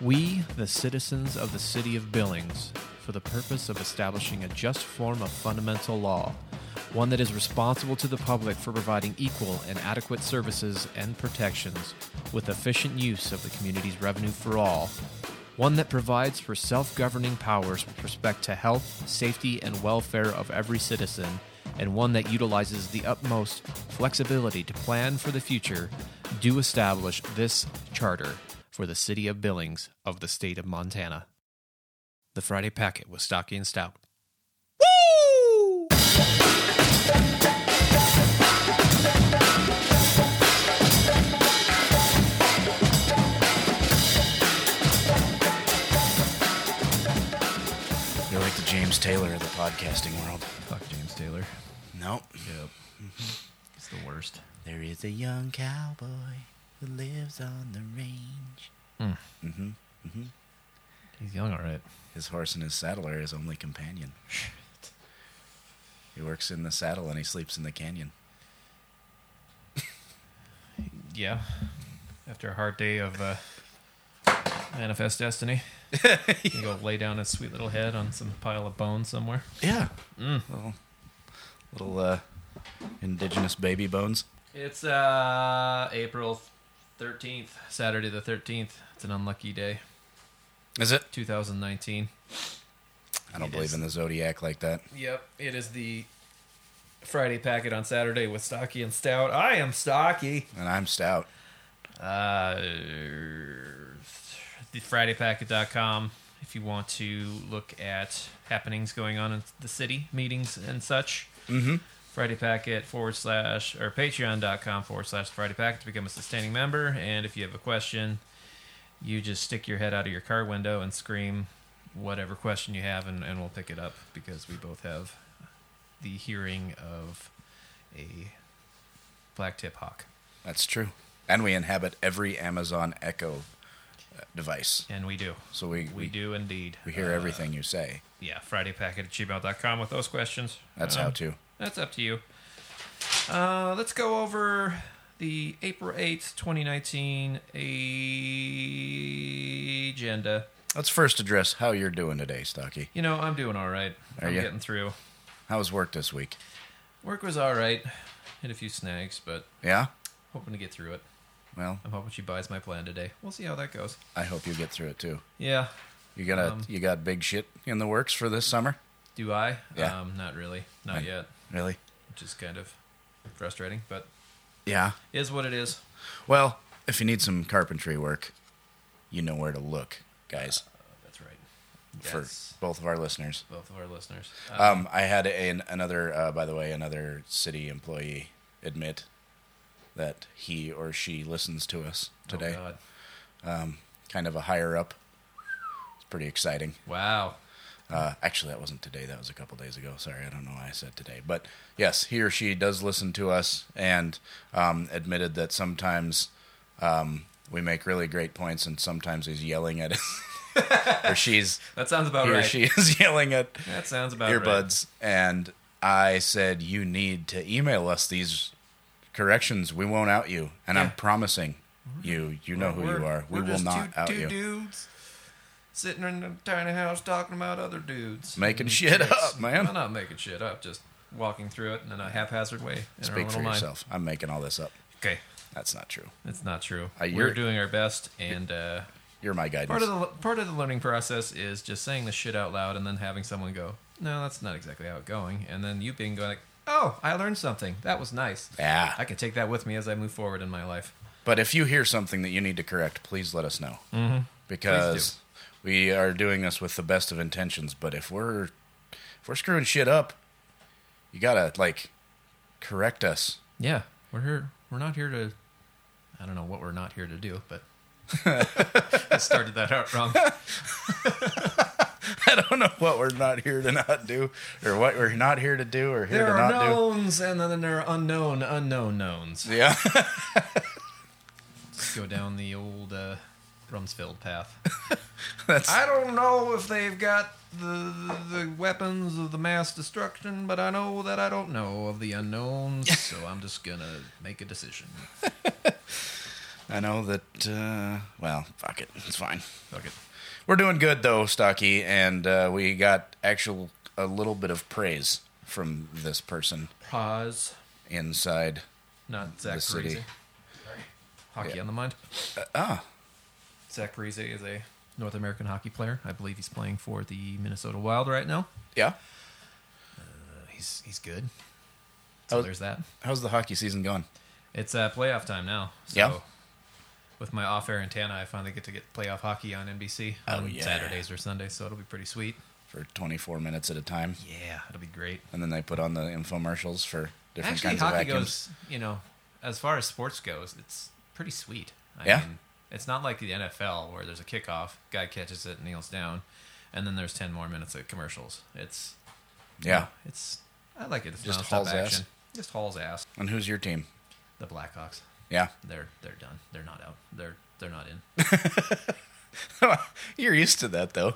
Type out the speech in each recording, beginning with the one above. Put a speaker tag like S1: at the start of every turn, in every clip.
S1: We, the citizens of the city of Billings, for the purpose of establishing a just form of fundamental law, one that is responsible to the public for providing equal and adequate services and protections with efficient use of the community's revenue for all, one that provides for self governing powers with respect to health, safety, and welfare of every citizen, and one that utilizes the utmost flexibility to plan for the future, do establish this charter for the City of Billings of the State of Montana. The Friday Packet was stocky and stout.
S2: You're like the James Taylor of the podcasting world.
S1: Fuck James Taylor.
S2: Nope.
S1: Yep. It's the worst.
S2: There is a young cowboy who lives on the range.
S1: Mm.
S2: hmm hmm
S1: He's young, all right.
S2: His horse and his saddle are his only companion. He works in the saddle and he sleeps in the canyon.
S1: Yeah. After a hard day of uh, manifest destiny, you go lay down his sweet little head on some pile of bones somewhere.
S2: Yeah.
S1: Mm.
S2: Hmm. Little, little uh, indigenous baby bones.
S1: It's uh April 13th, Saturday the 13th. It's an unlucky day,
S2: Is it?
S1: 2019.
S2: I don't
S1: It
S2: believe
S1: is.
S2: in the zodiac like that.
S1: Yep, it is the Friday packet on Saturday with Stocky and Stout. I am Stocky.
S2: And I'm stout.
S1: Uh, thefridaypacket.com if you want to look at happenings going on in the city, meetings and such.
S2: Mm-hmm.
S1: Friday Packet forward slash or patreon.com forward slash Friday Packet to become a sustaining member. And if you have a question, you just stick your head out of your car window and scream whatever question you have, and, and we'll pick it up because we both have the hearing of a black tip hawk.
S2: That's true. And we inhabit every Amazon Echo uh, device.
S1: And we do.
S2: So we,
S1: We do indeed.
S2: we hear
S1: Uh,
S2: everything you say.
S1: Yeah, Friday Packet at gmail.com with those questions.
S2: That's
S1: Um,
S2: how to.
S1: That's up to you. Uh, let's go over the April 8th, 2019 agenda.
S2: Let's first address how you're doing today, Stocky.
S1: You know, I'm doing all right.
S2: Are
S1: I'm
S2: ya?
S1: getting through.
S2: How was work this week?
S1: Work was all right. Hit a few snags, but
S2: Yeah?
S1: hoping to get through it.
S2: Well,
S1: I'm hoping she buys my plan today. We'll see how that goes.
S2: I hope you get through it too.
S1: Yeah.
S2: You got a,
S1: Um,
S2: you got big shit in the works for this summer?
S1: Do I?
S2: Yeah.
S1: Um, not really. Not
S2: Right.
S1: yet.
S2: Really?
S1: Which is kind of frustrating, but
S2: Yeah.
S1: is what it is.
S2: Well, if you need some carpentry work, you know where to look, guys.
S1: That's right.
S2: For
S1: Uh, Yes.
S2: both of our listeners.
S1: both of our listeners. Uh,
S2: Um, I had an, another, uh, by the way, another city employee admit that he or she listens to us today.
S1: Oh God.
S2: kind of a higher up. It's pretty exciting.
S1: Wow.
S2: Uh, actually, that wasn't today. That was a couple days ago. Sorry, I don't know why I said today. But yes, he or she does listen to us and um, admitted that sometimes um, we make really great points, and sometimes he's yelling at us, or she's
S1: That sounds about
S2: he or
S1: right.
S2: she is yelling at
S1: That sounds about right.
S2: earbuds. And I said, "You need to email us these corrections. We won't out you." And I'm
S1: Yeah.
S2: promising you, you know who
S1: We're-
S2: you are. We
S1: we're
S2: will
S1: just
S2: not
S1: two,
S2: out
S1: two
S2: you.
S1: dudes sitting in a tiny house talking about other dudes.
S2: Making
S1: And
S2: shit
S1: chicks.
S2: up, man.
S1: I'm not making shit up. Just walking through it in a haphazard way. In our
S2: Speak for
S1: little mind.
S2: yourself. I'm making all this up.
S1: Okay,
S2: That's not true.
S1: that's not true.
S2: Uh, you're-
S1: We're doing our best, and uh,
S2: You're my guidance.
S1: part of the part of the learning process is just saying the shit out loud and then having someone go, "No, that's not exactly how it's going," and then you being going like, "Oh, I learned something. That was nice.
S2: Yeah.
S1: I can take that with me as I move forward in my life."
S2: Ah. But if you hear something that you need to correct, please let us know. Mm-hmm. Because we are doing this with the best of intentions, but if we're if we're screwing shit up, you gotta like correct us.
S1: Yeah, we're here. We're not here to. I don't know what we're not here to do, but I started that out wrong.
S2: I don't know what we're not here to not do, or what we're not here to do, or here
S1: There
S2: to
S1: are
S2: not
S1: knowns, and then there are unknown unknown knowns.
S2: do. Yeah,
S1: Let's go down the old uh, Rumsfeld path.
S2: that's
S1: I don't know if they've got the the weapons of the mass destruction, but I know that I don't know of the unknowns, so I'm just gonna make a decision.
S2: I know that. Uh, well, fuck it. It's fine.
S1: Okay.
S2: We're doing good though, Stocky, and uh, we got actual a little bit of praise from this person
S1: Pause.
S2: inside.
S1: Not Zach
S2: The city.
S1: Parise. Hockey
S2: Yeah.
S1: on the mind.
S2: Ah,
S1: Zach Parise is a North American hockey player. I believe he's playing for the Minnesota Wild right now.
S2: yeah.
S1: Uh, he's he's good.
S2: Oh.
S1: So there's that.
S2: How's the hockey season going?
S1: It's uh, playoff time now. So
S2: Yeah.
S1: With my off air antenna, I finally get to get playoff hockey on NBC
S2: Oh,
S1: on
S2: yeah.
S1: Saturdays or Sundays, so it'll be pretty sweet.
S2: For 24 minutes at a time,
S1: Yeah, it'll be great.
S2: and then they put on the infomercials for different
S1: Actually,
S2: kinds
S1: hockey
S2: of
S1: goes,
S2: vacuums.
S1: you know, as far as sports goes, it's pretty sweet. I
S2: Yeah.
S1: Mean, it's not like the NFL where there's a kickoff, guy catches it, kneels down, and then there's 10 more minutes of commercials. It's,
S2: yeah.
S1: it's, I like it. It's
S2: Just
S1: nonstop
S2: hauls ass.
S1: action. Just hauls ass.
S2: And who's your team?
S1: The Blackhawks,
S2: Yeah.
S1: they're, they're done. They're not out. They're, they're not in.
S2: You're used to that though.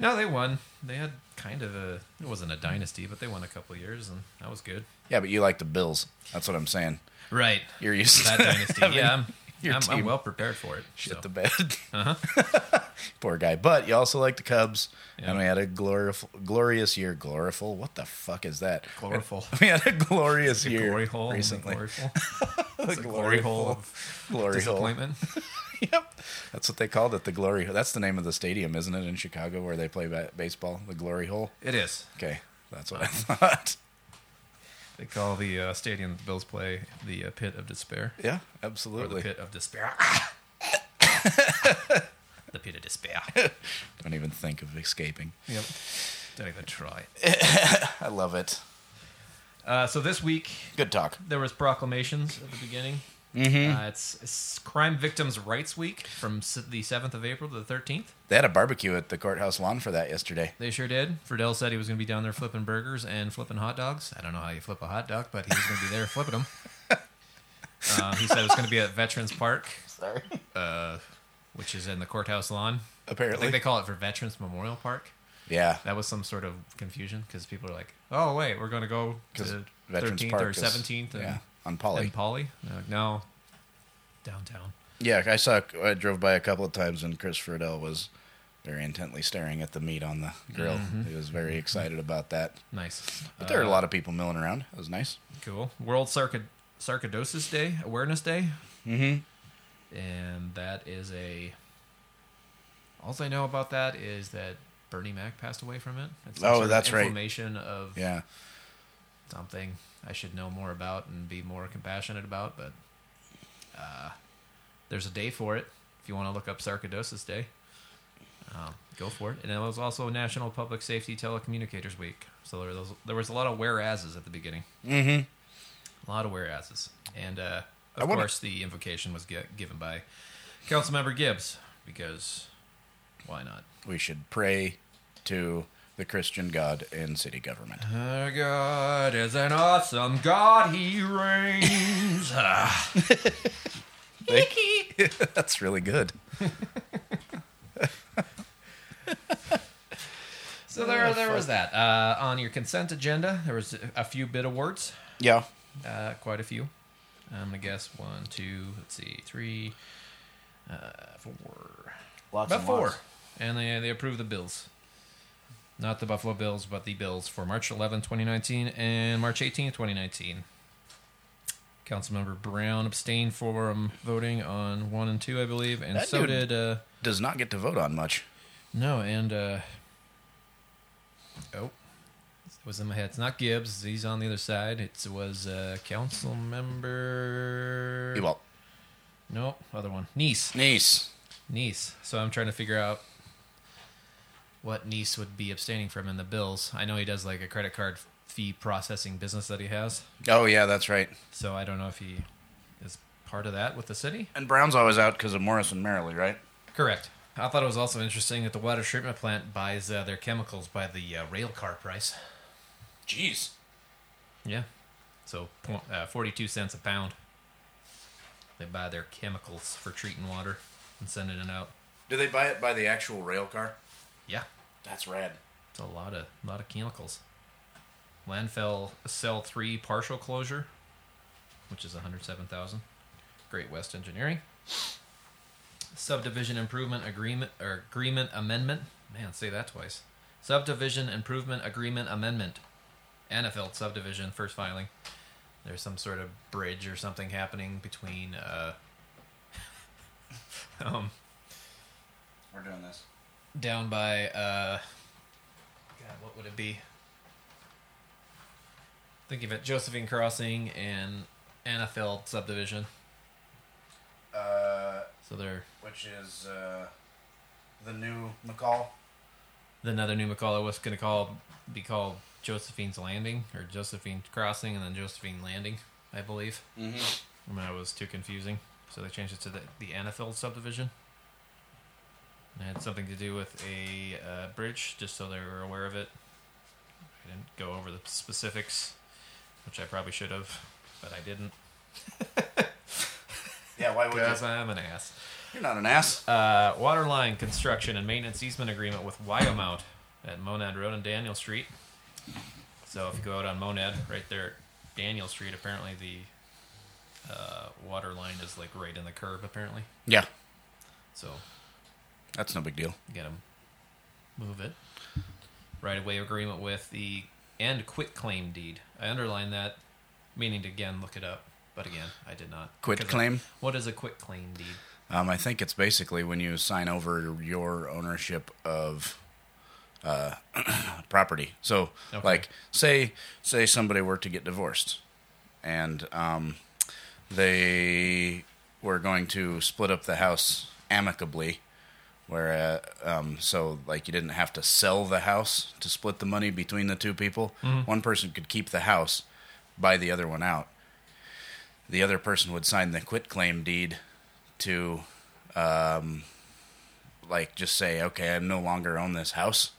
S1: No, they won. They had kind of a it wasn't a dynasty, but they won a couple of years, and that was good.
S2: Yeah, but you like the Bills. That's what I'm saying.
S1: Right,
S2: You're used to
S1: that dynasty.
S2: having
S1: yeah, I'm,
S2: your
S1: I'm, I'm
S2: team
S1: well prepared for it.
S2: shit
S1: so. Uh-huh.
S2: the bed. Poor guy. But you also like the Cubs,
S1: Yeah.
S2: and we had a glorif- glorious year. Gloriful? What the fuck is that?
S1: Gloriful.
S2: We had a glorious year
S1: glory hole in the
S2: recently.
S1: glory hole.
S2: The
S1: It's a glory hole of
S2: Glory hole.
S1: disappointment.
S2: Yep. That's what they called it. The glory. That's the name of the stadium, isn't it, in Chicago where they play ba- baseball? The glory hole.
S1: It is.
S2: Okay, that's what I
S1: Uh-huh.
S2: thought.
S1: They call the uh, stadium that the Bills play the uh, pit of despair.
S2: Yeah,
S1: Or the
S2: absolutely.
S1: pit of despair. the pit of despair.
S2: Don't even think of escaping.
S1: Yep. Don't even try.
S2: I love it.
S1: Uh, so this week,
S2: Good talk.
S1: there was proclamations at the beginning.
S2: Mm-hmm.
S1: Uh, it's, it's Crime Victims' Rights Week from s- the 7th of April to the 13th.
S2: They had a barbecue at the courthouse lawn for that yesterday.
S1: They sure did. Friedel said he was going to be down there flipping burgers and flipping hot dogs. I don't know how you flip a hot dog, but he was going to be there flipping them. Um, he said it was going to be at Veterans Park, uh,
S2: Sorry.
S1: which is in the courthouse lawn. I
S2: Apparently.
S1: think they call it for Veterans Memorial Park.
S2: yeah.
S1: That was some sort of confusion because people are like, "Oh wait, we're going to go to
S2: 'Cause
S1: 13th
S2: Veterans
S1: or
S2: Park is-
S1: 17th and,
S2: yeah, on
S1: and
S2: Polly.
S1: Polly." And they're like, no, downtown.
S2: Yeah, I saw. I drove by a couple of times, and Chris Friedel was very intently staring at the meat on the grill. He was very excited about that.
S1: Nice.
S2: But there are a
S1: Mm-hmm. Uh,
S2: lot of people milling around. It was nice.
S1: Cool. World Sarcod- Sarcoidosis Day, Awareness Day. Mm-hmm. And that is a. All I know about that is that Bernie Mac passed away from it. It's some
S2: Oh,
S1: sort of
S2: that's right.
S1: Inflammation of
S2: Yeah,
S1: something I should know more about and be more compassionate about, but uh, there's a day for it. If you want to look up Sarcoidosis Day, uh, go for it. And it was also National Public Safety Telecommunicators Week, so there was there was a lot of whereases at the beginning. Mm-hmm. A lot of whereases, and uh, of
S2: I wanna-
S1: course the invocation was gi- given by Councilmember Gibbs because why not?
S2: we should pray to the Christian God in city government.
S1: Our God is an awesome God. He reigns. Ah.
S2: That's really good.
S1: so there,
S2: Oh,
S1: there
S2: fuck.
S1: was that. Uh, on your consent agenda, there was a few bid awards.
S2: Yeah,
S1: Uh, quite a few. I'm gonna guess one, two, let's see, three, uh, four,
S2: lots
S1: about four, and they they approved the bills. Not the Buffalo Bills, but the bills for March 11, 2019, and March 18, 2019. Councilmember Brown abstained from voting on one and two, I believe, and
S2: That
S1: so
S2: dude-
S1: did. Uh,
S2: Does not get to vote on much.
S1: No, and uh oh, it was in my head. It's not Gibbs. He's on the other side. It was uh, council member.
S2: He won't.
S1: No, other one. Niece.
S2: Niece.
S1: Niece. So I'm trying to figure out what Niece would be abstaining from in the bills. I know he does like a credit card fee processing business that he has.
S2: Oh yeah, that's right.
S1: So I don't know if he is part of that with the city.
S2: And Brown's always out because of Morrison Merrily, right?
S1: Correct. I thought it was also interesting that the water treatment plant buys uh, their chemicals by the uh, rail car price.
S2: Jeez.
S1: Yeah. So point, uh, 42 cents a pound. They buy their chemicals for treating water and sending it out.
S2: Do they buy it by the actual rail car?
S1: Yeah.
S2: That's rad.
S1: It's a lot of lot of chemicals. Landfill cell 3 partial closure, which is 107,000. Great West Engineering. Subdivision Improvement Agreement or Agreement Amendment. Man, say that twice. Subdivision Improvement Agreement Amendment. Anafeld subdivision first filing. There's some sort of bridge or something happening between. Uh, um,
S2: We're doing this.
S1: down by uh God, what would it be? Think of it Josephine Crossing and Annafeld subdivision.
S2: Uh,
S1: So they're
S2: which is uh, the new McCall.
S1: another new McCullough was gonna call be called Josephine's Landing or Josephine Crossing and then Josephine Landing, I believe.
S2: Mm-hmm.
S1: I mean, that was too confusing. So they changed it to the, the Annafeld subdivision. And it had something to do with a uh, bridge, just so they were aware of it. I didn't go over the specifics, which I probably should have, but I didn't
S2: Oh, Yeah, why would
S1: because
S2: you?
S1: I'm an ass.
S2: You're not an ass.
S1: Uh, water line construction and maintenance easement agreement with Wyomount at Monad Road and Daniel Street. So if you go out on Monad, right there, at Daniel Street, apparently the uh, water line is like right in the curb, apparently.
S2: Yeah,
S1: So
S2: that's no big deal.
S1: you gotta move it. Right away agreement with the and quit claim deed. I underlined that, meaning to again look it up, but again I did not.
S2: Quit
S1: 'Cause I-
S2: claim?
S1: what is a quit claim deed?
S2: Um, I think it's basically when you sign over your ownership of uh, property. So,
S1: Okay.
S2: like, say say somebody were to get divorced, and um, they were going to split up the house amicably, where uh, um, so like you didn't have to sell the house to split the money between the two people. One person could keep the house, buy the other one out. The other person would sign the quit claim deed to um, like just say, okay, I no longer own this house,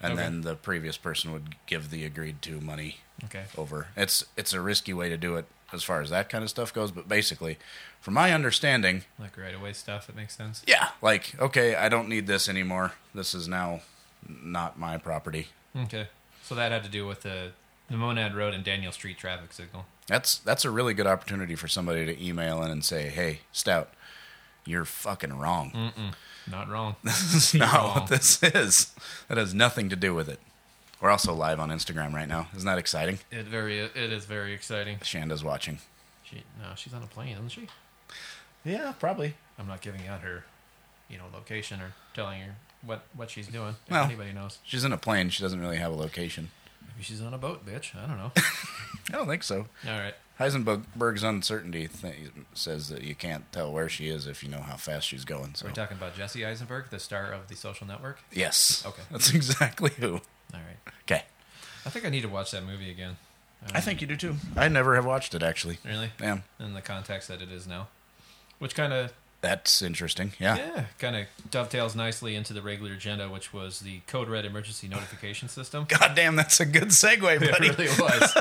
S2: and
S1: Okay.
S2: then the previous person would give the agreed to money
S1: Okay.
S2: over. It's it's a risky way to do it as far as that kind of stuff goes, but basically, from my understanding,
S1: Like right away stuff that makes sense.
S2: yeah, like okay, I don't need this anymore. This is now not my property.
S1: Okay. So that had to do with the the Monad Road and Daniel Street traffic signal.
S2: That's that's a really good opportunity for somebody to email in and say, "Hey, Stout, you're fucking wrong.
S1: Not wrong.
S2: This is not
S1: wrong.
S2: what this is. That has nothing to do with it." We're also live on Instagram right now. Isn't that exciting?
S1: it very it is very exciting.
S2: Shanda's watching.
S1: She no, she's on a plane, isn't she?
S2: Yeah, probably.
S1: I'm not giving out her, you know, location or telling her what what she's doing. If
S2: Well.
S1: anybody knows.
S2: She's in a plane. She doesn't really have a location.
S1: Maybe she's on a boat, bitch. I don't know.
S2: I don't think so.
S1: All right.
S2: Heisenberg's uncertainty th- says that you can't tell where she is if you know how fast she's going. So
S1: We're talking about Jesse Eisenberg, the star of The Social Network.
S2: yes,
S1: Okay.
S2: that's exactly who.
S1: All right.
S2: Okay,
S1: I think I need to watch that movie again. Um,
S2: I think you do too. I never have watched it actually.
S1: Really?
S2: Damn,
S1: In the context that it is now. Which kind of,
S2: that's interesting. Yeah,
S1: yeah, kind of dovetails nicely into the regular agenda, which was the Code Red Emergency Notification System.
S2: god damn, that's a good segue,
S1: It
S2: buddy.
S1: really was.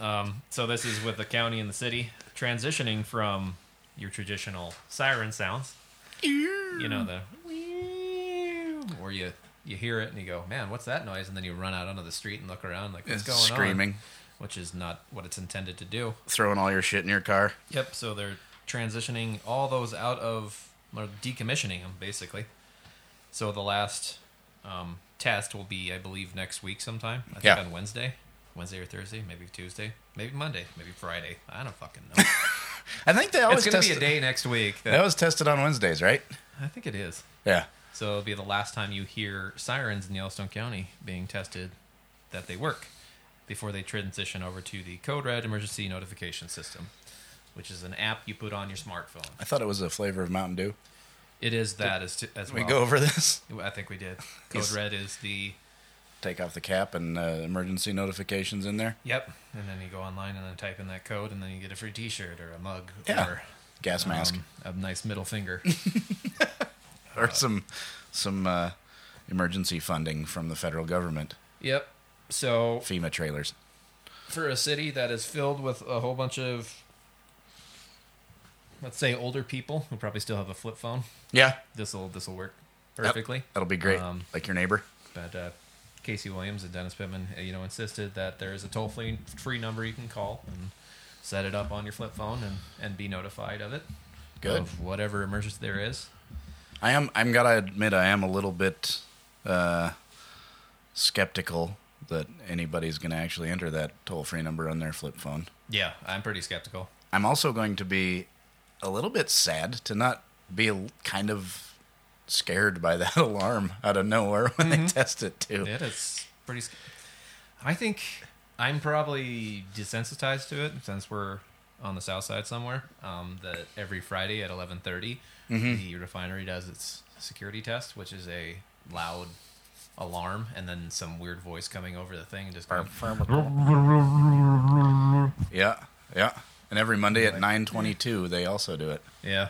S1: um, so this is with the county and the city transitioning from your traditional siren sounds. You know the where you you hear it and you go, man, what's that noise? And then you run out onto the street and look around like what's
S2: It's
S1: going on?
S2: screaming,
S1: which is not what it's intended to do.
S2: throwing all your shit in your car.
S1: Yep. So they're transitioning all those out of or decommissioning them basically. So the last um, test will be, I believe, next week sometime. I think
S2: Yeah.
S1: on Wednesday, Wednesday or Thursday, maybe Tuesday, maybe Monday, maybe Friday. I don't fucking know.
S2: I think they always
S1: it's gonna
S2: test
S1: be a day next week.
S2: That
S1: That,
S2: was tested on Wednesdays, right?
S1: I think it is.
S2: Yeah.
S1: So it'll be the last time you hear sirens in Yellowstone County being tested that they work before they transition over to the Code Red Emergency Notification System, which is an app you put on your smartphone.
S2: I thought it was a flavor of Mountain Dew.
S1: It is that as, to, as
S2: Did we
S1: well.
S2: go over this?
S1: I think we did. Code
S2: Yes.
S1: Red is the
S2: Take off the cap and uh, emergency notifications in there.
S1: yep, and then you go online and then type in that code, and then you get a free T-shirt or a mug
S2: Yeah.
S1: or
S2: Gas mask.
S1: um, a nice middle finger. uh,
S2: or some some uh, emergency funding from the federal government,
S1: yep. So
S2: FEMA trailers.
S1: for a city that is filled with a whole bunch of let's say older people who probably still have a flip phone,
S2: Yeah,
S1: this will this will work perfectly.
S2: that'll be great.
S1: Um,
S2: like your neighbor.
S1: But uh, Casey Williams and Dennis Pittman, uh, you know, insisted that there is a toll free free number you can call, and set it up on your flip phone and, and be notified of it.
S2: Good.
S1: Of whatever emergency there is.
S2: I am. I'm gotta admit, I am a little bit uh, skeptical that anybody's gonna actually enter that toll-free number on their flip phone.
S1: Yeah, I'm pretty skeptical.
S2: I'm also going to be a little bit sad to not be a l- kind of scared by that alarm out of nowhere when
S1: Mm-hmm.
S2: they test it too.
S1: It is pretty. sc- I think I'm probably desensitized to it since we're on the south side somewhere. Um, that every Friday at 11:30, the refinery does its security test, which is a loud alarm and then some weird voice coming over the thing and just going,
S2: Yeah, yeah. And every Monday at 9:22, they also do it.
S1: yeah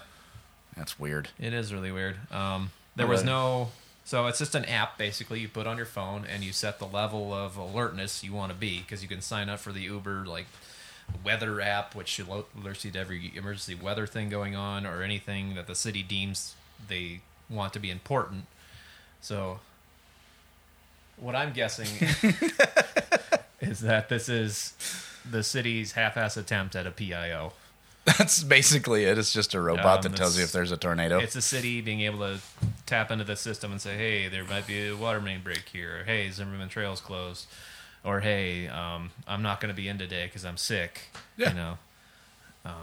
S2: That's weird.
S1: It is really weird. Um, there was
S2: Right.
S1: no. So it's just an app, basically. You put on your phone and you set the level of alertness you want to be because you can sign up for the Uber like weather app, which should lo- alerts you to every emergency weather thing going on or anything that the city deems they want to be important. So what I'm guessing is that this is the city's half-ass attempt at a PIO.
S2: That's basically it. It's just a robot
S1: Um,
S2: that tells you
S1: it's-
S2: if there's a tornado.
S1: it's a city being able to tap into the system and say, hey, there might be a water main break here. Or, hey, Zimmerman Trail's closed. Or, hey, um, I'm not going to be in today because I'm sick.
S2: Yeah.
S1: You know? Um,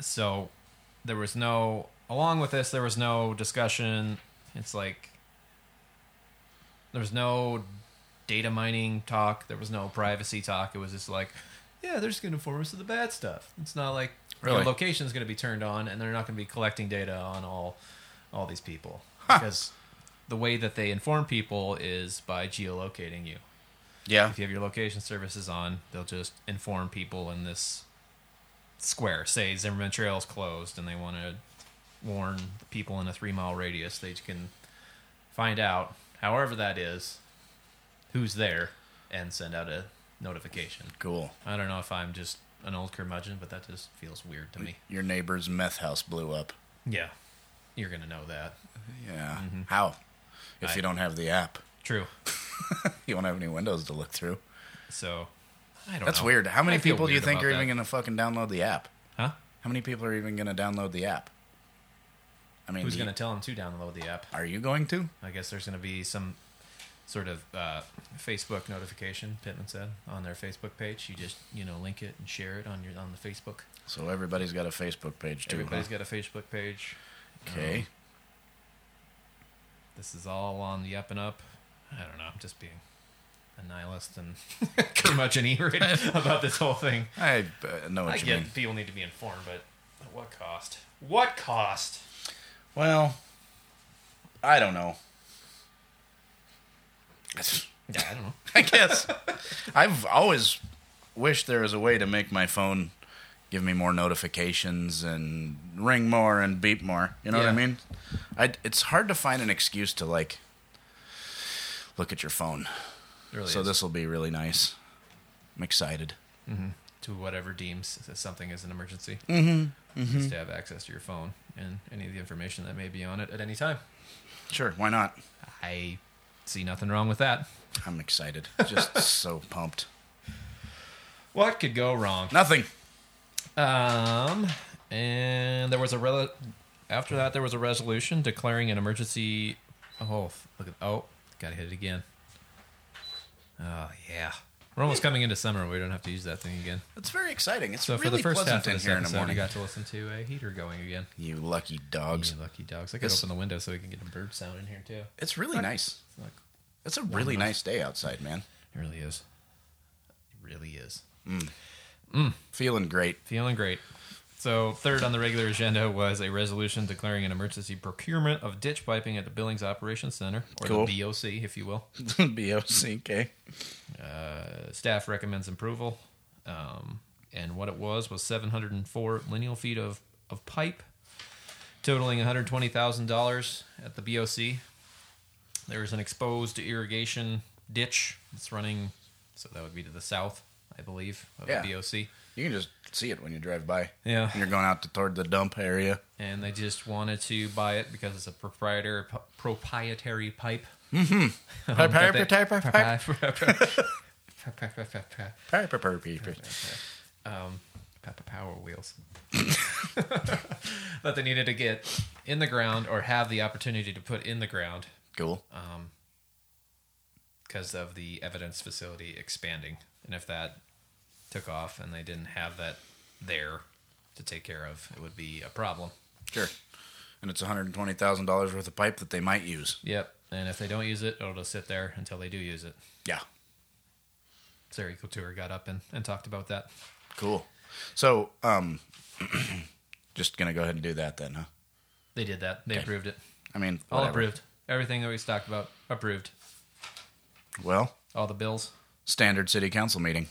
S1: so there was no, along with this, there was no discussion. It's like, there was no data mining talk. There was no privacy talk. It was just like, yeah, they're just going to inform us of the bad stuff. It's not like
S2: Really?
S1: your location is going to be turned on, and they're not going to be collecting data on all all these people because the way that they inform people is by geolocating you.
S2: yeah.
S1: If you have your location services on, they'll just inform people in this square. Say Zimmerman Trail's closed, and they want to warn the people in a three mile radius. They can find out, however that is, who's there, and send out a notification.
S2: Cool.
S1: I don't know if I'm just an old curmudgeon, but that just feels weird to me.
S2: Your neighbor's meth house blew up.
S1: Yeah, you're gonna know that.
S2: Yeah. How? If
S1: Mm-hmm. I-
S2: you don't have the app,
S1: True.
S2: you won't have any windows to look through.
S1: So I don't.
S2: That's
S1: know.
S2: weird. How many
S1: I feel
S2: people do you
S1: weird
S2: think
S1: about
S2: are
S1: that.
S2: even going to fucking download the app?
S1: Huh?
S2: How many people are even going to download the app? I mean,
S1: Who's
S2: do
S1: gonna
S2: you-
S1: tell them to download the app?
S2: are you going to?
S1: I guess there's going to be some sort of uh, Facebook notification. Pittman said on their Facebook page. You just you know link it and share it on your on the Facebook.
S2: So everybody's got a Facebook page too.
S1: Everybody's
S2: huh?
S1: got a Facebook page.
S2: okay.
S1: This is all on the up and up. I don't know. I'm just being a nihilist and curmudgeon right about this whole thing.
S2: I uh, know what
S1: Oh. I
S2: you
S1: get
S2: mean.
S1: people need to be informed, but at what cost? What cost?
S2: Well, I don't know.
S1: Yeah, I don't know.
S2: I guess I've always wished there was a way to make my phone give me more notifications and ring more and beep more. You know what I
S1: Yeah.
S2: mean? I it's hard to find an excuse to like look at your phone.
S1: It really
S2: so
S1: is.
S2: this will be really nice. I'm excited.
S1: to whatever deems that something is an emergency.
S2: Mm-hmm,
S1: Just to have access to your phone and any of the information that may be on it at any time.
S2: Sure, why not?
S1: I see nothing wrong with that.
S2: I'm excited. Just so pumped.
S1: What could go wrong?
S2: Nothing.
S1: Um, and there was a rel- after that there was a resolution declaring an emergency. Oh, f- look at oh, gotta hit it again. Oh yeah, we're almost coming into summer. We don't have to use that thing again.
S2: It's very exciting. It's
S1: So
S2: really
S1: for the first half
S2: pleasant
S1: of
S2: in
S1: this
S2: here in the
S1: episode, we
S2: morning.
S1: got to listen to a heater going again.
S2: You lucky
S1: You
S2: dogs.
S1: lucky dogs. I could
S2: This-
S1: open the window so we can get a bird sound in here too.
S2: It's really nice.
S1: It's like,
S2: It's a really nice day outside, man.
S1: it really is. It really is.
S2: Feeling great.
S1: Feeling great. So, third on the regular agenda was a resolution declaring an emergency procurement of ditch piping at the Billings Operations Center, or
S2: Cool.
S1: the BOC, if you will.
S2: B O C K.
S1: Uh, staff recommends approval. Um, and what it was was 704 lineal feet of, of pipe, totaling $120,000 at the BOC. There is an exposed irrigation ditch that's running, so that would be to the south, I believe, of
S2: Yeah.
S1: the BOC.
S2: You can just see it when you drive by.
S1: Yeah.
S2: When You're going out to, toward the dump area.
S1: and they just wanted to buy it because it's a proprietary proprietary pipe.
S2: Pipe, pipe, pipe, pipe,
S1: Um,
S2: pipe, pipe, pipe, pipe.
S1: um, Peppa Power Wheels that they needed to get in the ground or have the opportunity to put in the ground
S2: Cool.
S1: Uh. because of the evidence facility expanding. And if that took off and they didn't have that there to take care of, it would be a problem.
S2: Sure. And it's $120,000 worth of pipe that they might use.
S1: Yep. And if they don't use it, it'll just sit there until they do use it.
S2: Yeah.
S1: Sarah Equal Tour got up and, and talked about that.
S2: Cool. So, um, just going to go ahead and do that then, huh?
S1: They did that. They approved it.
S2: I mean,
S1: All
S2: whatever.
S1: approved. Everything that we talked about approved.
S2: Well,
S1: All the bills.
S2: standard city council meeting.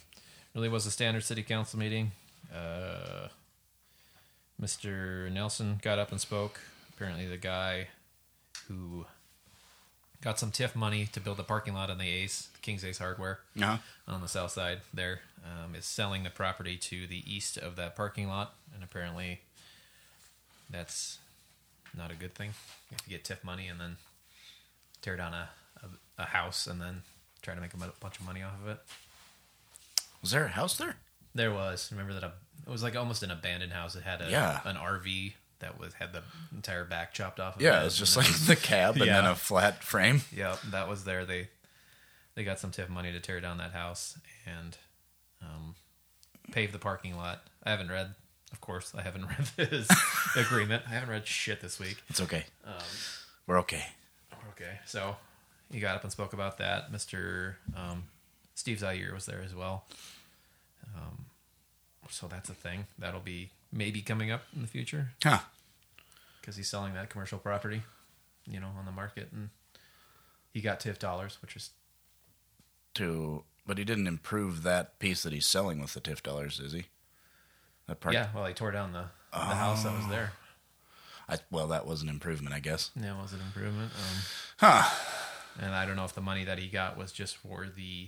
S1: Really was a standard city council meeting. Uh, Mr. Nelson got up and spoke. Apparently, the guy who got some TIF money to build a parking lot on the Ace King's Ace Hardware
S2: Uh-huh.
S1: on the south side there um, is selling the property to the east of that parking lot, and apparently, that's not a good thing. You have to get TIF money and then tear down a, a, a house and then try to make a mu- bunch of money off of it.
S2: Was there a house there?
S1: There was. Remember that a, it was like almost an abandoned house. It had a,
S2: Yeah.
S1: an RV that was had the entire back chopped off. Of
S2: Yeah, it's just like the cab and then
S1: Yeah.
S2: a flat frame.
S1: yeah, that was there. They they got some tip money to tear down that house and um, pave the parking lot. I haven't read, of course, I haven't read his agreement. I haven't read shit this week.
S2: It's okay.
S1: Um.
S2: We're okay.
S1: Okay, so he got up and spoke about that. Mr. Um, Steve Zaire was there as well. Um, so that's a thing that'll be maybe coming up in the future
S2: Huh.
S1: because he's selling that commercial property, you know, on the market, and he got TIF dollars, which is
S2: To but he didn't improve that piece that he's selling with the TIF dollars, is he? That part.
S1: yeah. Well, he tore down the, the house that was there.
S2: Oh. I, well, that was an improvement, I guess.
S1: Yeah, it was an improvement. Um,
S2: Huh.
S1: and I don't know if the money that he got was just for the.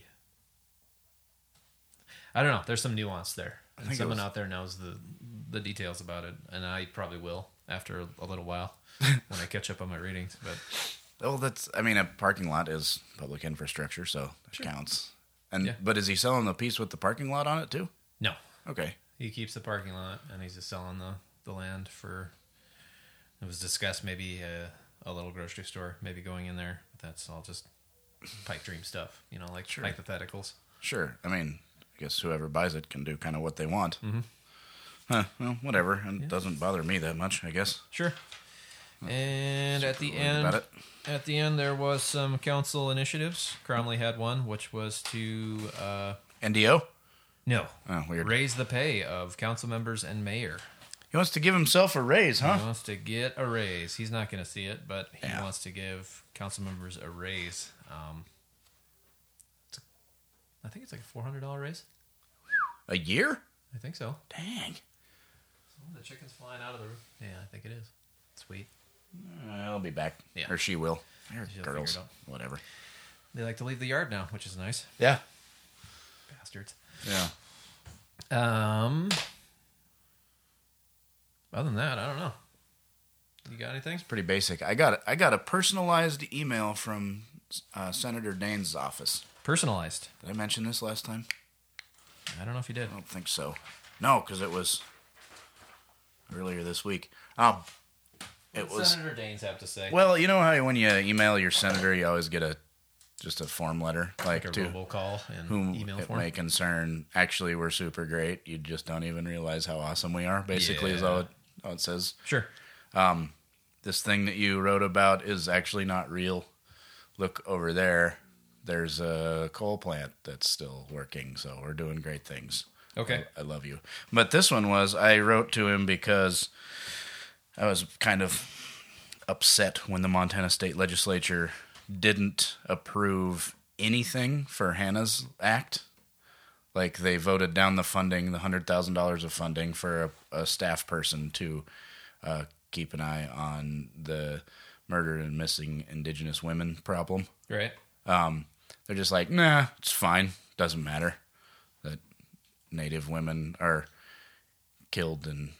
S1: I don't know. There's some nuance there. And
S2: think it
S1: someone
S2: was-
S1: out there knows the the details about it, and I probably will after a little while when I catch up on my readings. But
S2: Well, that's. I mean, a parking lot is public infrastructure, so that counts. And
S1: Yeah.
S2: but is he selling the piece with the parking lot on it too?
S1: no,
S2: Okay.
S1: He keeps the parking lot and he's just selling the, the land for. It was discussed maybe a, a little grocery store, maybe going in there. But that's all just pipe dream stuff, you know, like hypotheticals.
S2: Sure. I mean, I guess whoever buys it can do kind of what they want. Mm-hmm. Huh. Well, whatever. It doesn't bother me that much, I guess.
S1: Sure. And at the
S2: Hmm. worried about
S1: end,
S2: it.
S1: at the end, there was some council initiatives. Cromley had one, which was to uh,
S2: NDO.
S1: no
S2: Oh, weird.
S1: raise the pay of council members and mayor.
S2: He wants to give himself a raise, huh?
S1: He wants to get a raise. He's not going to see it, but he
S2: Yeah.
S1: wants to give council members a raise. Um, it's- I think it's like a four hundred dollar raise.
S2: A year?
S1: I think so.
S2: Dang.
S1: Oh, the chicken's flying out of the roof. Yeah, I think it is. Sweet.
S2: Uh, I'll be back.
S1: Yeah.
S2: Or she will. They're
S1: She'll figure
S2: girls.
S1: it out.
S2: Whatever.
S1: They like to leave the yard now, which is nice.
S2: Yeah.
S1: Bastards.
S2: Yeah.
S1: Um. Other than that, I don't know. You got anything?
S2: Pretty basic. I got I got a personalized email from uh, Senator Dane's office.
S1: Personalized.
S2: Did I mention this last time?
S1: I don't know if you did.
S2: I don't think so. No, because it was earlier this week. Um, it was
S1: Senator Danes have to say.
S2: well. You know how when you email your senator, you always get a just a form letter
S1: like
S2: like,
S1: a
S2: to
S1: robocall and
S2: whom
S1: email
S2: it
S1: form.
S2: may concern. Actually, we're super great. You just don't even realize how awesome we are. Basically, is all it, all it says.
S1: Sure.
S2: This thing that you wrote about is actually not real. Look over there. There's a coal plant that's still working, so we're doing great things.
S1: Okay.
S2: I, I love you. But this one was I wrote to him because I was kind of upset when the Montana state legislature didn't approve anything for Hannah's act. Like they voted down the funding, the hundred thousand dollars of funding for a, a staff person to uh, keep an eye on the murder and missing Indigenous women problem
S1: Right.
S2: they're just like, nah, it's fine. Doesn't matter that Native women are killed and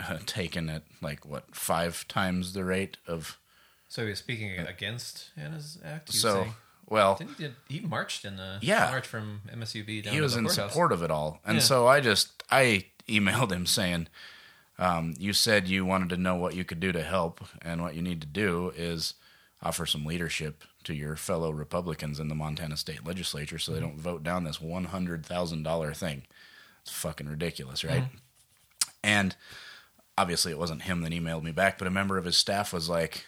S2: uh, taken at like what five times the rate of
S1: So he was speaking against Anna's act. he was
S2: so
S1: saying?
S2: Well,
S1: Didn't he, did, he marched in the
S2: Yeah.
S1: march from MSUB down
S2: he
S1: to
S2: was
S1: the
S2: in
S1: courthouse.
S2: support of it all. And
S1: Yeah.
S2: so I just I emailed him saying, um, "You said you wanted to know what you could do to help, and what you need to do is offer some leadership to your fellow Republicans in the Montana State Legislature, so they
S1: Mm-hmm.
S2: don't vote down this one hundred thousand dollar thing. It's fucking ridiculous, right?"
S1: Mm-hmm.
S2: And obviously, it wasn't him that emailed me back, but a member of his staff was like,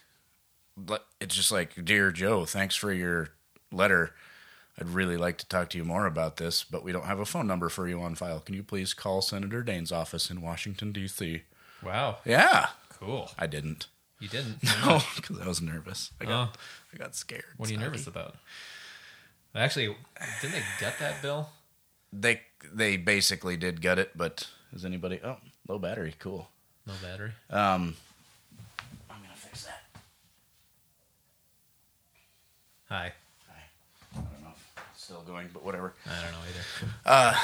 S2: but it's just like, dear Joe, thanks for your letter. I'd really like to talk to you more about this, but we don't have a phone number for you on file. Can you please call Senator Dane's office in Washington, D.C.?
S1: Wow,
S2: Yeah,
S1: cool.
S2: I didn't.
S1: You didn't.
S2: No, because I was nervous. I got,
S1: Oh.
S2: I got scared.
S1: What are you
S2: Sorry.
S1: nervous about? Actually, didn't they gut that bill?
S2: They they basically did gut it, but is anybody? Oh, low battery. Cool.
S1: No battery.
S2: Um, I'm gonna fix that.
S1: Hi.
S2: I don't know. if it's Still going, but whatever.
S1: I don't know either.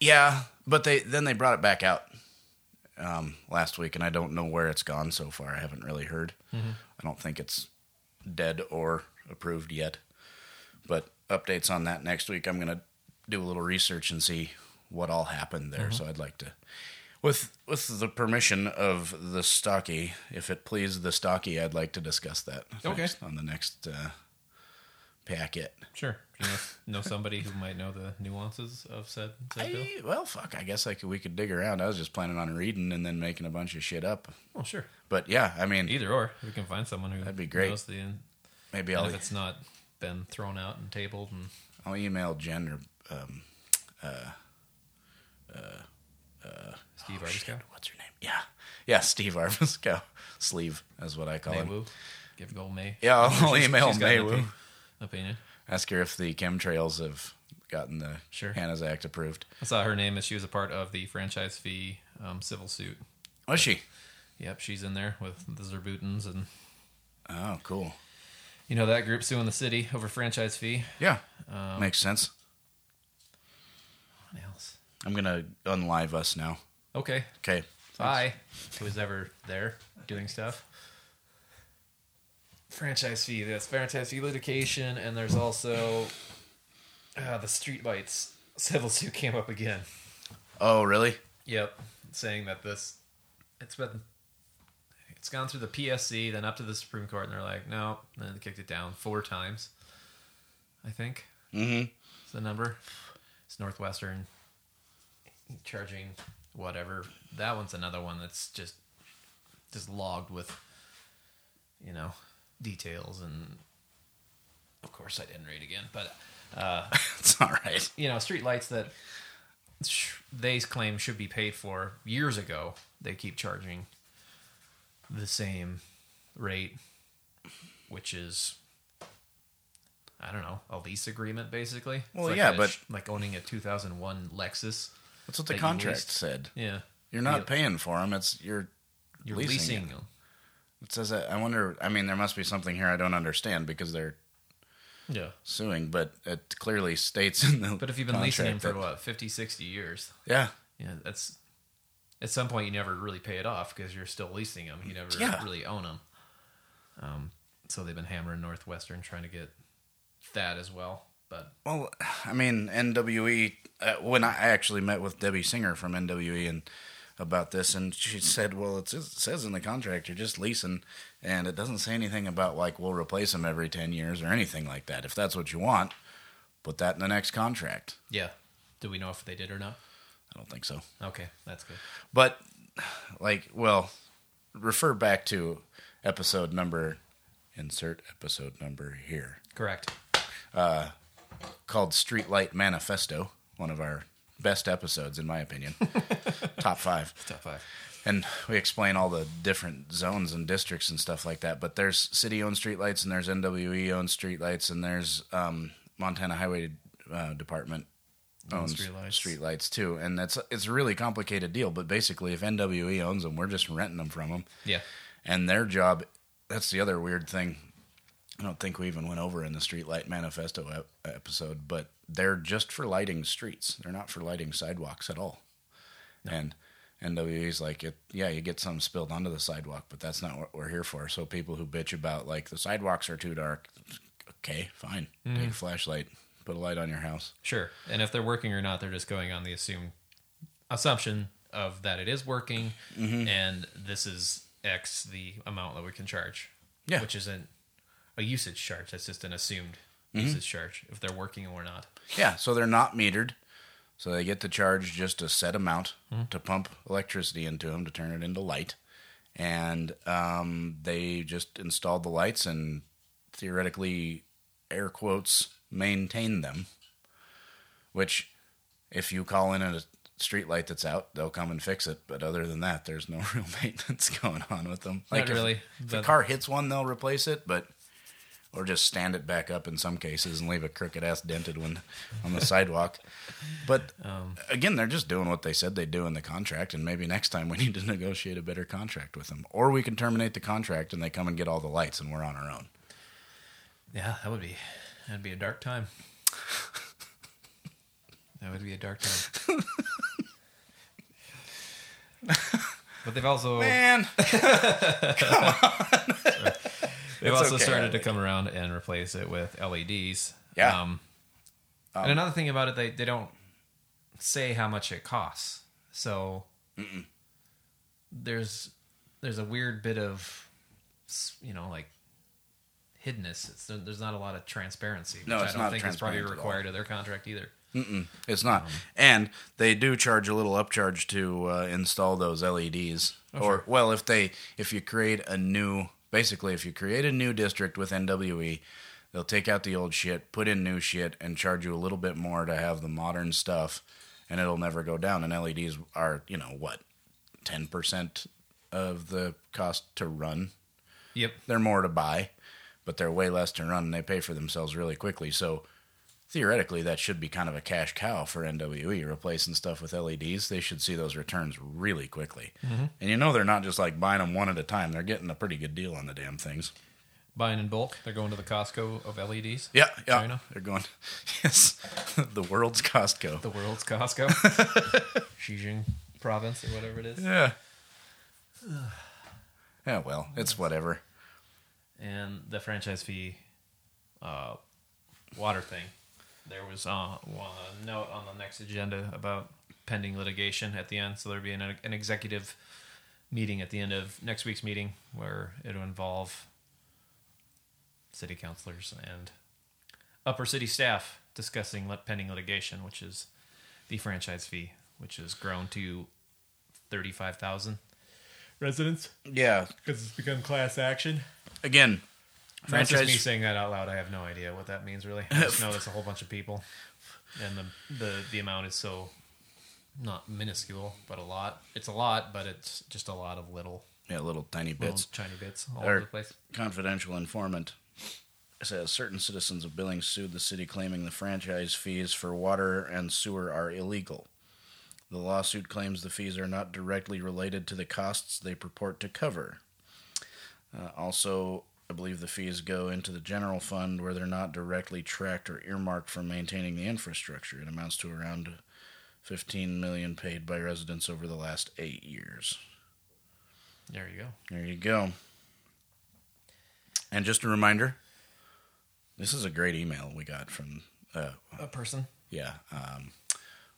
S2: Yeah, but they then they brought it back out um, last week, and I don't know where it's gone so far. I haven't really heard. I don't think it's dead or approved yet. But updates on that next week. I'm gonna do a little research and see what all happened there. So I'd like to, with with the permission of the stocky, if it please the stocky, I'd like to discuss that.
S1: Okay.
S2: next- on the next uh, packet.
S1: Sure. Do you know, know somebody who might know the nuances of said, said bill?
S2: I, well, fuck. I guess I could, we could dig around. I was just planning on reading and then making a bunch of shit up.
S1: Oh, sure.
S2: But yeah, I mean,
S1: Either or, we can find someone who
S2: That'd be great.
S1: knows the and
S2: maybe I'll,
S1: if it's not been thrown out and tabled and
S2: I'll email Jen or um,
S1: Steve
S2: Oh,
S1: Arbisco.
S2: what's her name? Yeah, yeah, Steve Arvisko. Sleeve is what I call him.
S1: Maywu. Give gold May.
S2: Yeah, I'll
S1: She's- she's
S2: email
S1: got an
S2: Maywu.
S1: opi- Opinion.
S2: Ask her if the chemtrails have gotten the
S1: Sure.
S2: Hannah's Act approved.
S1: I saw her name as she was a part of the franchise fee um, civil suit.
S2: Was she?
S1: Yep, she's in there with the Zerbutins and
S2: Oh, cool.
S1: you know that group suing the city over franchise fee.
S2: Yeah,
S1: Um,
S2: makes sense.
S1: What else?
S2: I'm gonna unlive us now.
S1: Okay,
S2: Okay.
S1: bye. Who's ever there doing stuff? Franchise fee. That's franchise fee litigation, and there's also uh, the street lights civil suit came up again.
S2: Oh, really?
S1: Yep, saying that this it's been it's gone through the PSC, then up to the Supreme Court, and they're like, no, and then they kicked it down four times. I think
S2: Mm-hmm.
S1: is the number. It's Northwestern charging whatever. That one's another one that's just just logged with you know details and of course I didn't read again, but
S2: it's all right.
S1: you know streetlights that sh- they claim should be paid for years ago they keep charging the same rate which is i don't know a lease agreement basically
S2: Well,
S1: It's like
S2: yeah,
S1: a
S2: but-
S1: sh- like owning a 2001 lexus
S2: That's what
S1: That
S2: the
S1: you
S2: contract
S1: leased.
S2: said.
S1: yeah
S2: You're not
S1: Yeah.
S2: paying for them. It's you're
S1: you're
S2: Leasing
S1: leasing,
S2: it.
S1: them
S2: It says that. I wonder. I mean, there must be something here I don't understand because they're
S1: yeah
S2: suing, but it clearly states in the.
S1: but if you've been leasing them
S2: contract
S1: for
S2: that-
S1: what 50 60 years
S2: Yeah,
S1: yeah that's at some point you never really pay it off because you're still leasing them you never
S2: Yeah.
S1: really own them um, so they've been hammering northwestern trying to get that as well but
S2: well, I mean, NWE. Uh, when I I actually met with Debbie Singer from NWE and about this, and she said, "Well, it's, it says in the contract you're just leasing, and it doesn't say anything about like we'll replace them every ten years or anything like that. If that's what you want, put that in the next contract."
S1: yeah do we know if they did or not
S2: I don't think so.
S1: okay that's good
S2: But like, well, refer back to episode number insert episode number here
S1: correct
S2: called Streetlight Manifesto, one of our best episodes in my opinion. Top 5.
S1: top five
S2: And we explain all the different zones and districts and stuff like that, but there's city-owned streetlights and there's NWE owned streetlights and there's um, Montana Highway uh, Department owns
S1: streetlights.
S2: streetlights too, and that's it's a really complicated deal. But basically, if NWE owns them, we're just renting them from them,
S1: yeah
S2: and their job. That's the other weird thing. I don't think we even went over in the Streetlight Manifesto ep- episode, but they're just for lighting streets. They're not for lighting sidewalks at all. And NWE's like, it, yeah, you get some spilled onto the sidewalk, but that's not what we're here for. So people who bitch about like the sidewalks are too dark, okay, fine. Take a flashlight, put a light on your house.
S1: Sure. And if they're working or not, they're just going on the assumed assumption of that it is working and this is X the amount that we can charge.
S2: Yeah.
S1: Which isn't a usage charge. That's just an assumed usage charge if they're working or not.
S2: Yeah, so they're not metered. So they get to charge just a set amount to pump electricity into them to turn it into light. And um, they just installed the lights and theoretically, air quotes, maintain them. Which, if you call in a street light that's out, they'll come and fix it. But other than that, there's no real maintenance going on with them.
S1: Not
S2: if-
S1: really,
S2: If,
S1: but-
S2: a car hits one, they'll replace it, but or just stand it back up in some cases and leave a crooked ass dented one on the sidewalk. But again, they're just doing what they said they do in the contract, and maybe next time we need to negotiate a better contract with them, or we can terminate the contract and they come and get all the lights and we're on our own.
S1: Yeah, that would be that'd be a dark time. that would be a dark time. but they've also
S2: Man,
S1: They've
S2: It's
S1: also
S2: okay,
S1: started
S2: I
S1: to
S2: like
S1: come around and replace it with E LEDs.
S2: Yeah.
S1: Um,
S2: Um,
S1: and another thing about it, they, they don't say how much it costs. So there's there's a weird bit of s- you know like hiddenness. It's, there's not a lot of transparency. Which
S2: No,
S1: I
S2: it's
S1: don't
S2: not
S1: think is probably
S2: transparent at all.
S1: required of their contract either.
S2: it's not. and they do charge a little upcharge to uh, install those LEDs, or
S1: sure.
S2: well, if they if you create a new, basically, if you create a new district with NWE. They'll take out the old shit, put in new shit, and charge you a little bit more to have the modern stuff, and it'll never go down. And LEDs are, you know, what, 10% of the cost to run
S1: Yep.
S2: they're more to buy, but they're way less to run and they pay for themselves really quickly. So theoretically, that should be kind of a cash cow for NWE replacing stuff with LEDs. They should see those returns really quickly. And you know, they're not just like buying them one at a time, they're getting a pretty good deal on the damn things.
S1: Buying in bulk, they're going to the Costco of E LEDs.
S2: Yeah, yeah.
S1: China?
S2: They're going, yes, the world's Costco.
S1: The world's Costco, Xijing province or whatever it is.
S2: yeah. Yeah, well, it's whatever.
S1: and the franchise fee uh, water thing. There was uh, one- a note on the next agenda about pending litigation at the end, so there'll be an, an executive meeting at the end of next week's meeting where it'll involve city councilors and upper city staff discussing lit- pending litigation, which is the franchise fee, which has grown to thirty-five thousand residents
S2: Yeah.
S1: because it's become class action.
S2: Again,
S1: That's just me
S2: franchise.
S1: saying that out loud. I have no idea what that means really. I just know it's a whole bunch of people, and the the the amount is so not minuscule, but a lot. It's a lot, but it's just a lot of little
S2: Yeah, little tiny
S1: little
S2: bits.
S1: tiny bits all
S2: Or-
S1: over the place.
S2: confidential informant says certain citizens of Billings sued the city claiming the franchise fees for water and sewer are illegal. The lawsuit claims the fees are not directly related to the costs they purport to cover. Uh, also, I believe the fees go into the general fund where they're not directly tracked or earmarked for maintaining the infrastructure. It amounts to around 15 million paid by residents over the last 8 years.
S1: There you go.
S2: There you go. And just a reminder, this is a great email we got from uh
S1: A person,
S2: yeah, um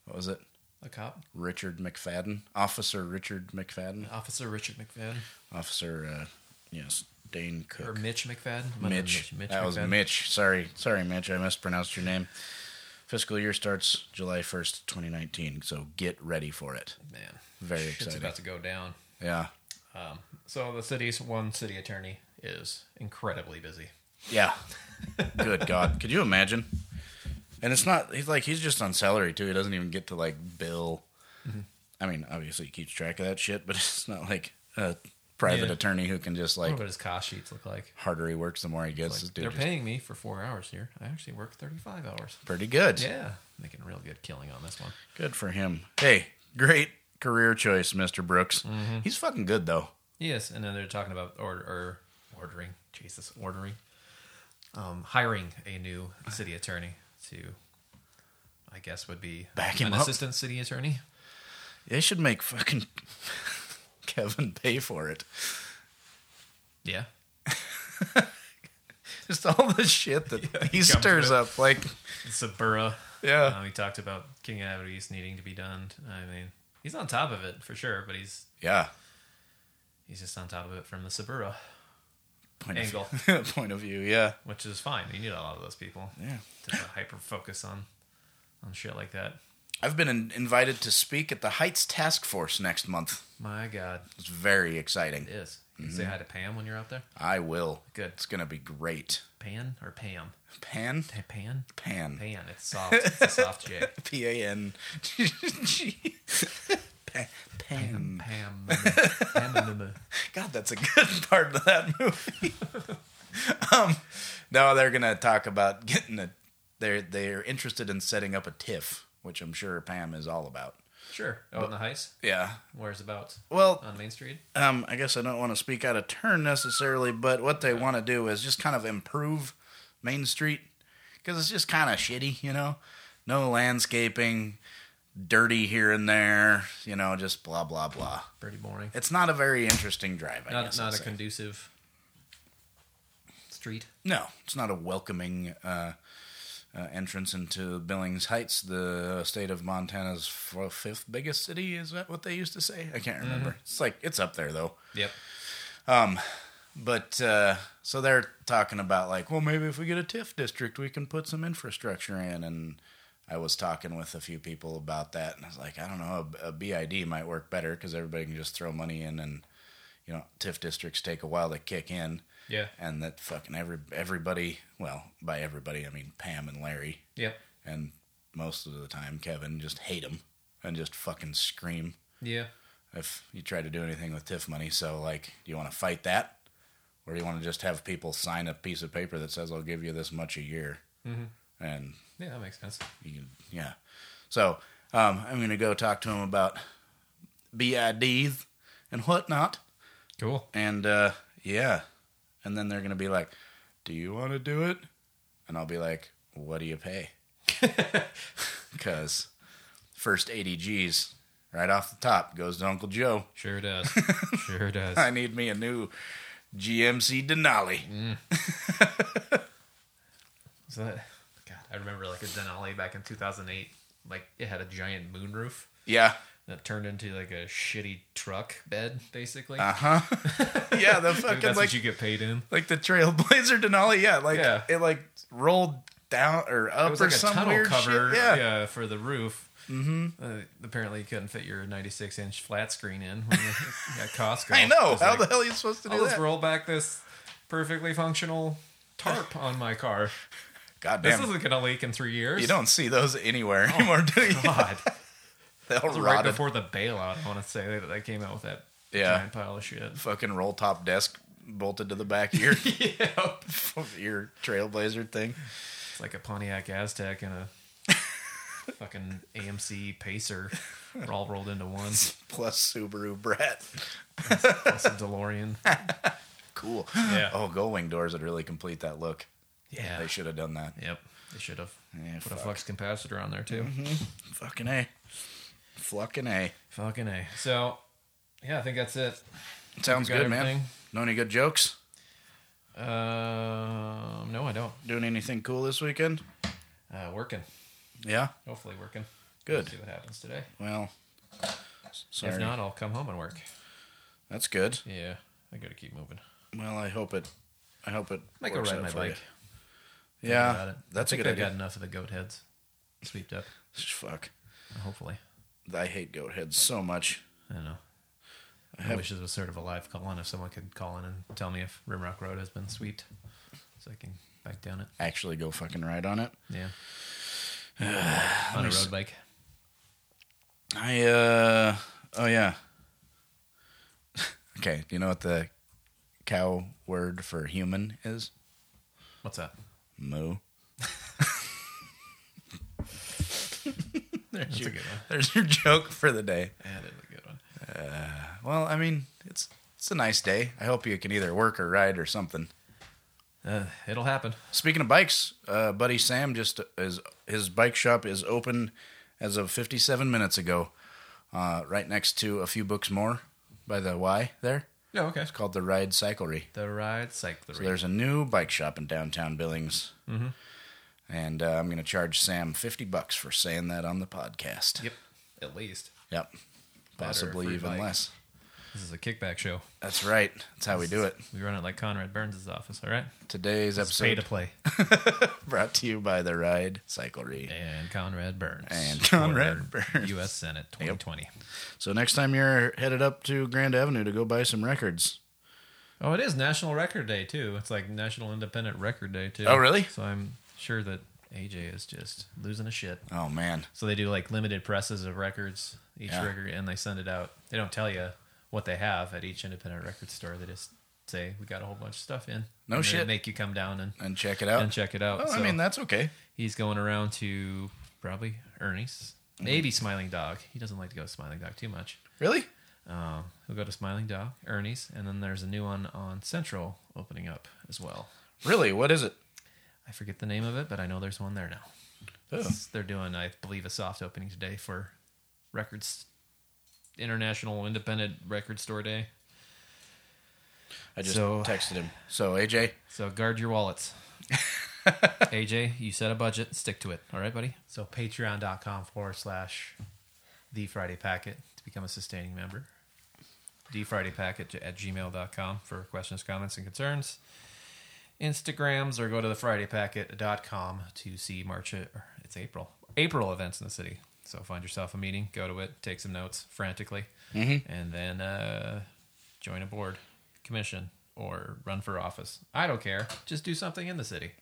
S2: what was it?
S1: a cop,
S2: Richard McFadden, Officer Richard McFadden,
S1: Officer Richard McFadden
S2: Officer uh yes, Dane Cook.
S1: or Mitch McFadden. Might have been
S2: Mitch. That was
S1: McFadden.
S2: Mitch. Sorry. Sorry, Mitch. I mispronounced your name. Fiscal year starts July 1st, 2019, so get ready for it.
S1: Man,
S2: Very
S1: It's
S2: exciting.
S1: about to go down.
S2: Yeah.
S1: So the city's one city attorney is incredibly busy.
S2: Yeah. Good God. Could you imagine? And it's not, he's like, he's just on salary too. He doesn't even get to like bill.
S1: Mm-hmm.
S2: I mean, obviously he keeps track of that shit, but it's not like a private
S1: Yeah.
S2: attorney who can just
S1: I
S2: like,
S1: don't know what his cost sheets look like.
S2: harder he works, the more he gets.
S1: Like,
S2: This dude
S1: they're
S2: just
S1: paying me for four hours here. I actually work thirty-five hours.
S2: pretty good.
S1: Yeah, making a real good killing on this one.
S2: Good for him. Hey, great career choice, Mr. Brooks.
S1: Mm-hmm.
S2: He's fucking good though.
S1: Yes, and then they're talking about or, or ordering, Jesus, ordering, um, hiring a new city attorney to, I guess, would be
S2: Back him
S1: an
S2: up.
S1: assistant city attorney.
S2: They should make fucking Kevin pay for it.
S1: Yeah,
S2: just all the shit that
S1: Yeah, he
S2: he
S1: comes
S2: stirs
S1: with.
S2: up. Like,
S1: It's a borough.
S2: yeah,
S1: Uh, we talked about King Abbott East needing to be done. I mean, he's on top of it for sure, but he's
S2: yeah.
S1: he's just on top of it from the Saburo,
S2: Point
S1: Angle.
S2: Of, point of view. Yeah,
S1: which is fine. You need a lot of those people
S2: yeah.
S1: to hyper focus on on shit like that.
S2: I've been in, invited to speak at the Heights Task Force next month.
S1: My God,
S2: It's very exciting.
S1: it is. You
S2: Mm-hmm.
S1: say hi to Pam when you're out there.
S2: I will.
S1: Good.
S2: It's gonna be great.
S1: Pan or Pam?
S2: Pan,
S1: Hey, Pan?
S2: pan,
S1: Pan. It's soft. It's a soft J.
S2: p a n g. Pa- Pan.
S1: Pam. Pam.
S2: God, that's a good part of that movie. um, no, they're gonna talk about getting a. They're they're interested in setting up a TIFF, which I'm sure Pam is all about.
S1: Sure. Out in the heights.
S2: Yeah.
S1: Where's about?
S2: Well,
S1: On Main Street.
S2: um, I guess I don't want to speak out of turn necessarily, but what they want to do is just kind of improve Main Street because it's just kind of shitty, you know? No landscaping, dirty here and there, you know, just blah, blah, blah.
S1: Pretty boring.
S2: It's not a very interesting drive, I
S1: Not
S2: guess.
S1: not
S2: I'd
S1: a
S2: say.
S1: conducive street.
S2: no, it's not a welcoming uh, uh, entrance into Billings Heights, the state of Montana's f- fifth biggest city. Is that what they used to say? I
S1: Mm-hmm.
S2: can't remember. It's like, it's up there, though.
S1: Yep.
S2: But uh, so they're talking about like, well, maybe if we get a TIF district, we can put some infrastructure in. And I was talking with a few people about that, and I was like, I don't know, a, a BID might work better because everybody can just throw money in, and you know, TIF districts take a while to kick in,
S1: Yeah.
S2: and that fucking every everybody, well, by everybody I mean Pam and Larry,
S1: Yep.
S2: and most of the time Kevin just hate them and just fucking scream
S1: Yeah.
S2: if you try to do anything with TIF money. So, like, do you want to fight that? Or do you want to just have people sign a piece of paper that says, I'll give you this much a year? Mm-hmm. And
S1: Yeah, that makes sense.
S2: you can, yeah. So, um, I'm going to go talk to him about BIDs and whatnot.
S1: Cool.
S2: And, uh, yeah. And then they're going to be like, Do you want to do it? And I'll be like, What do you pay? Because first 80 G's right off the top goes to Uncle Joe.
S1: Sure does. sure does.
S2: I need me a new GMC Denali.
S1: Is that? God, I remember like a Denali back in 2008. Like it had a giant moonroof
S2: Yeah.
S1: that turned into like a shitty truck bed, basically.
S2: Uh huh. yeah, the
S1: Maybe
S2: fucking
S1: that's
S2: like
S1: what you get paid in.
S2: like the Trailblazer Denali. Yeah, like
S1: Yeah.
S2: it like rolled down or up
S1: It was
S2: or
S1: like a
S2: some
S1: tunnel
S2: weird
S1: cover,
S2: shit.
S1: yeah.
S2: Yeah.
S1: for the roof. Mm-hmm. Uh, apparently, you couldn't fit your 96 inch flat screen in when you got Costco.
S2: I know.
S1: It's
S2: How
S1: like,
S2: the hell are you supposed to
S1: I'll
S2: do
S1: just
S2: that?
S1: roll back this perfectly functional tarp on my car.
S2: God
S1: This
S2: damn.
S1: isn't gonna leak in three years.
S2: you don't see those anywhere anymore, do you?
S1: God, It
S2: They all
S1: was right
S2: rotted.
S1: before the bailout. I want to say that they came out with that
S2: Yeah.
S1: giant pile of shit.
S2: fucking roll top desk bolted to the back of your
S1: yeah,
S2: your Trailblazer thing.
S1: it's like a Pontiac Aztec and a fucking AMC Pacer, are all rolled into one.
S2: Plus Subaru Brett.
S1: Plus a DeLorean.
S2: Cool.
S1: Yeah.
S2: Oh, gold wing doors would really complete that look.
S1: Yeah.
S2: They should have done that.
S1: Yep, they should have.
S2: Yeah,
S1: Put a
S2: fuck. Mm-hmm.
S1: flux capacitor on there too.
S2: Fucking A. Fucking A.
S1: Fucking a. So, yeah, I think that's it.
S2: Sounds
S1: You got
S2: good, man.
S1: everything?
S2: Know any good jokes?
S1: Um, no, I don't.
S2: Doing anything cool this weekend?
S1: Uh, working.
S2: Yeah.
S1: Hopefully working. We'll
S2: Good.
S1: see what happens today.
S2: Well, s- sorry.
S1: If not, I'll come home and work.
S2: That's good.
S1: Yeah, I gotta keep moving.
S2: Well, I hope it. I hope it.
S1: I might go
S2: works
S1: ride
S2: out
S1: my
S2: for
S1: bike.
S2: you.
S1: Think about
S2: Yeah,
S1: it.
S2: that's
S1: I
S2: a
S1: think
S2: good
S1: I've
S2: idea.
S1: got enough of the goat heads sweeped up.
S2: Fuck.
S1: Hopefully,
S2: I hate goat heads so much.
S1: I don't know. I,
S2: have-
S1: wish this was sort of a live call in. If someone could call in and tell me if Rimrock Road has been sweeped, so I can bike down it.
S2: Actually, go fucking ride on it.
S1: Yeah. on a road bike.
S2: I uh oh yeah. okay, do you know what the cow word for human is?
S1: What's up?
S2: Moo. there's, your,
S1: a good one.
S2: there's your joke for the day.
S1: Yeah, that was a good one.
S2: Well, I mean, it's it's a nice day. I hope you can either work or ride or something.
S1: Uh, it'll happen.
S2: Speaking of bikes, uh, buddy Sam just is his bike shop is open as of 57 minutes ago, uh, right next to a few books more by the Y there.
S1: No, okay.
S2: It's called the Ride Cyclery.
S1: The ride cyclery.
S2: So there's a new bike shop in downtown Billings, and uh, I'm going to charge Sam fifty bucks for saying that on the podcast.
S1: yep. At least
S2: Yep. Possibly
S1: free
S2: even
S1: bike.
S2: less.
S1: this is a kickback show.
S2: That's right. That's how we do it.
S1: We run it like Conrad Burns' office. All right.
S2: Today's
S1: It's pay to
S2: episode
S1: play.
S2: brought to you by the Ride Cyclery.
S1: And Conrad Burns.
S2: And Conrad
S1: for
S2: Burns.
S1: U.S. Senate 2020.
S2: So next time you're headed up to Grand Avenue to go buy some records,
S1: Oh, it is National Record Day too. It's like National Independent Record Day too.
S2: Oh, really?
S1: So I'm sure that AJ is just losing a shit.
S2: oh man,
S1: So they do like limited presses of records, each
S2: Yeah.
S1: record, and they send it out. They don't tell you what they have at each independent record store. They just say we got a whole bunch of stuff in.
S2: No
S1: And they
S2: shit.
S1: Make you come down and,
S2: and check it out.
S1: and check it out.
S2: Oh,
S1: so
S2: I mean that's okay.
S1: he's going around to probably Ernie's,
S2: Mm-hmm.
S1: maybe Smiling Dog. He doesn't like to go to Smiling Dog too much.
S2: Really?
S1: Uh, he'll go to Smiling Dog, Ernie's, and then there's a new one on Central opening up as well.
S2: Really? What is it?
S1: I forget the name of it, but I know there's one there now.
S2: Oh,
S1: It's- They're doing, I believe, a soft opening today for records, International Independent Record Store Day.
S2: I just
S1: So-
S2: texted him. So AJ,
S1: So guard your wallets. AJ, you set a budget, stick to it. All right, buddy? So patreon.com forward slash the Friday Packet to become a sustaining member. The Friday Packet at gmail.com for questions, comments, and concerns. Instagrams or go to the FridayPacket.com to see March. or It's April. April events in the city. So find yourself a meeting, go to it, take some notes frantically, and then uh, join a board, commission, or run for office. I don't care. Just do something in the city.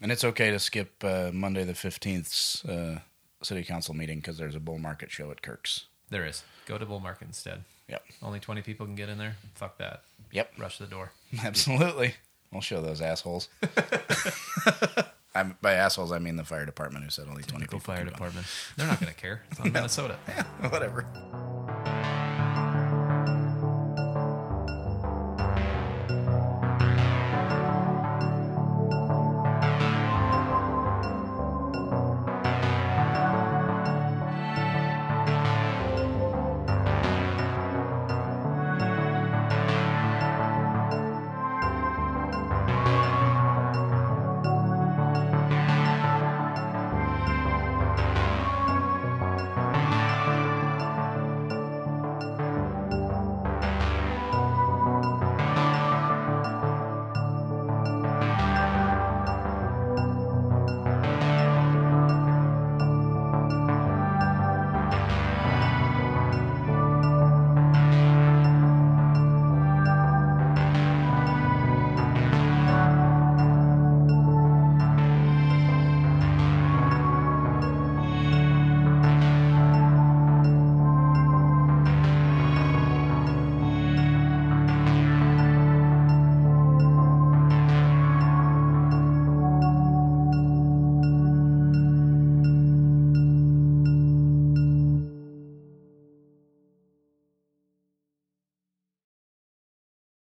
S2: and it's okay to skip uh, Monday the 15th's uh, city council meeting because there's a bull market show at Kirk's.
S1: There is. Go to Bull Market instead.
S2: Yep.
S1: Only 20 people can get in there. Fuck that.
S2: Yep.
S1: Rush the door.
S2: Absolutely. I'll show those assholes. I'm, by assholes, I mean the fire department who said only 20
S1: Go
S2: people.
S1: fire
S2: can go.
S1: department. They're not going to care. It's on Minnesota.
S2: Whatever.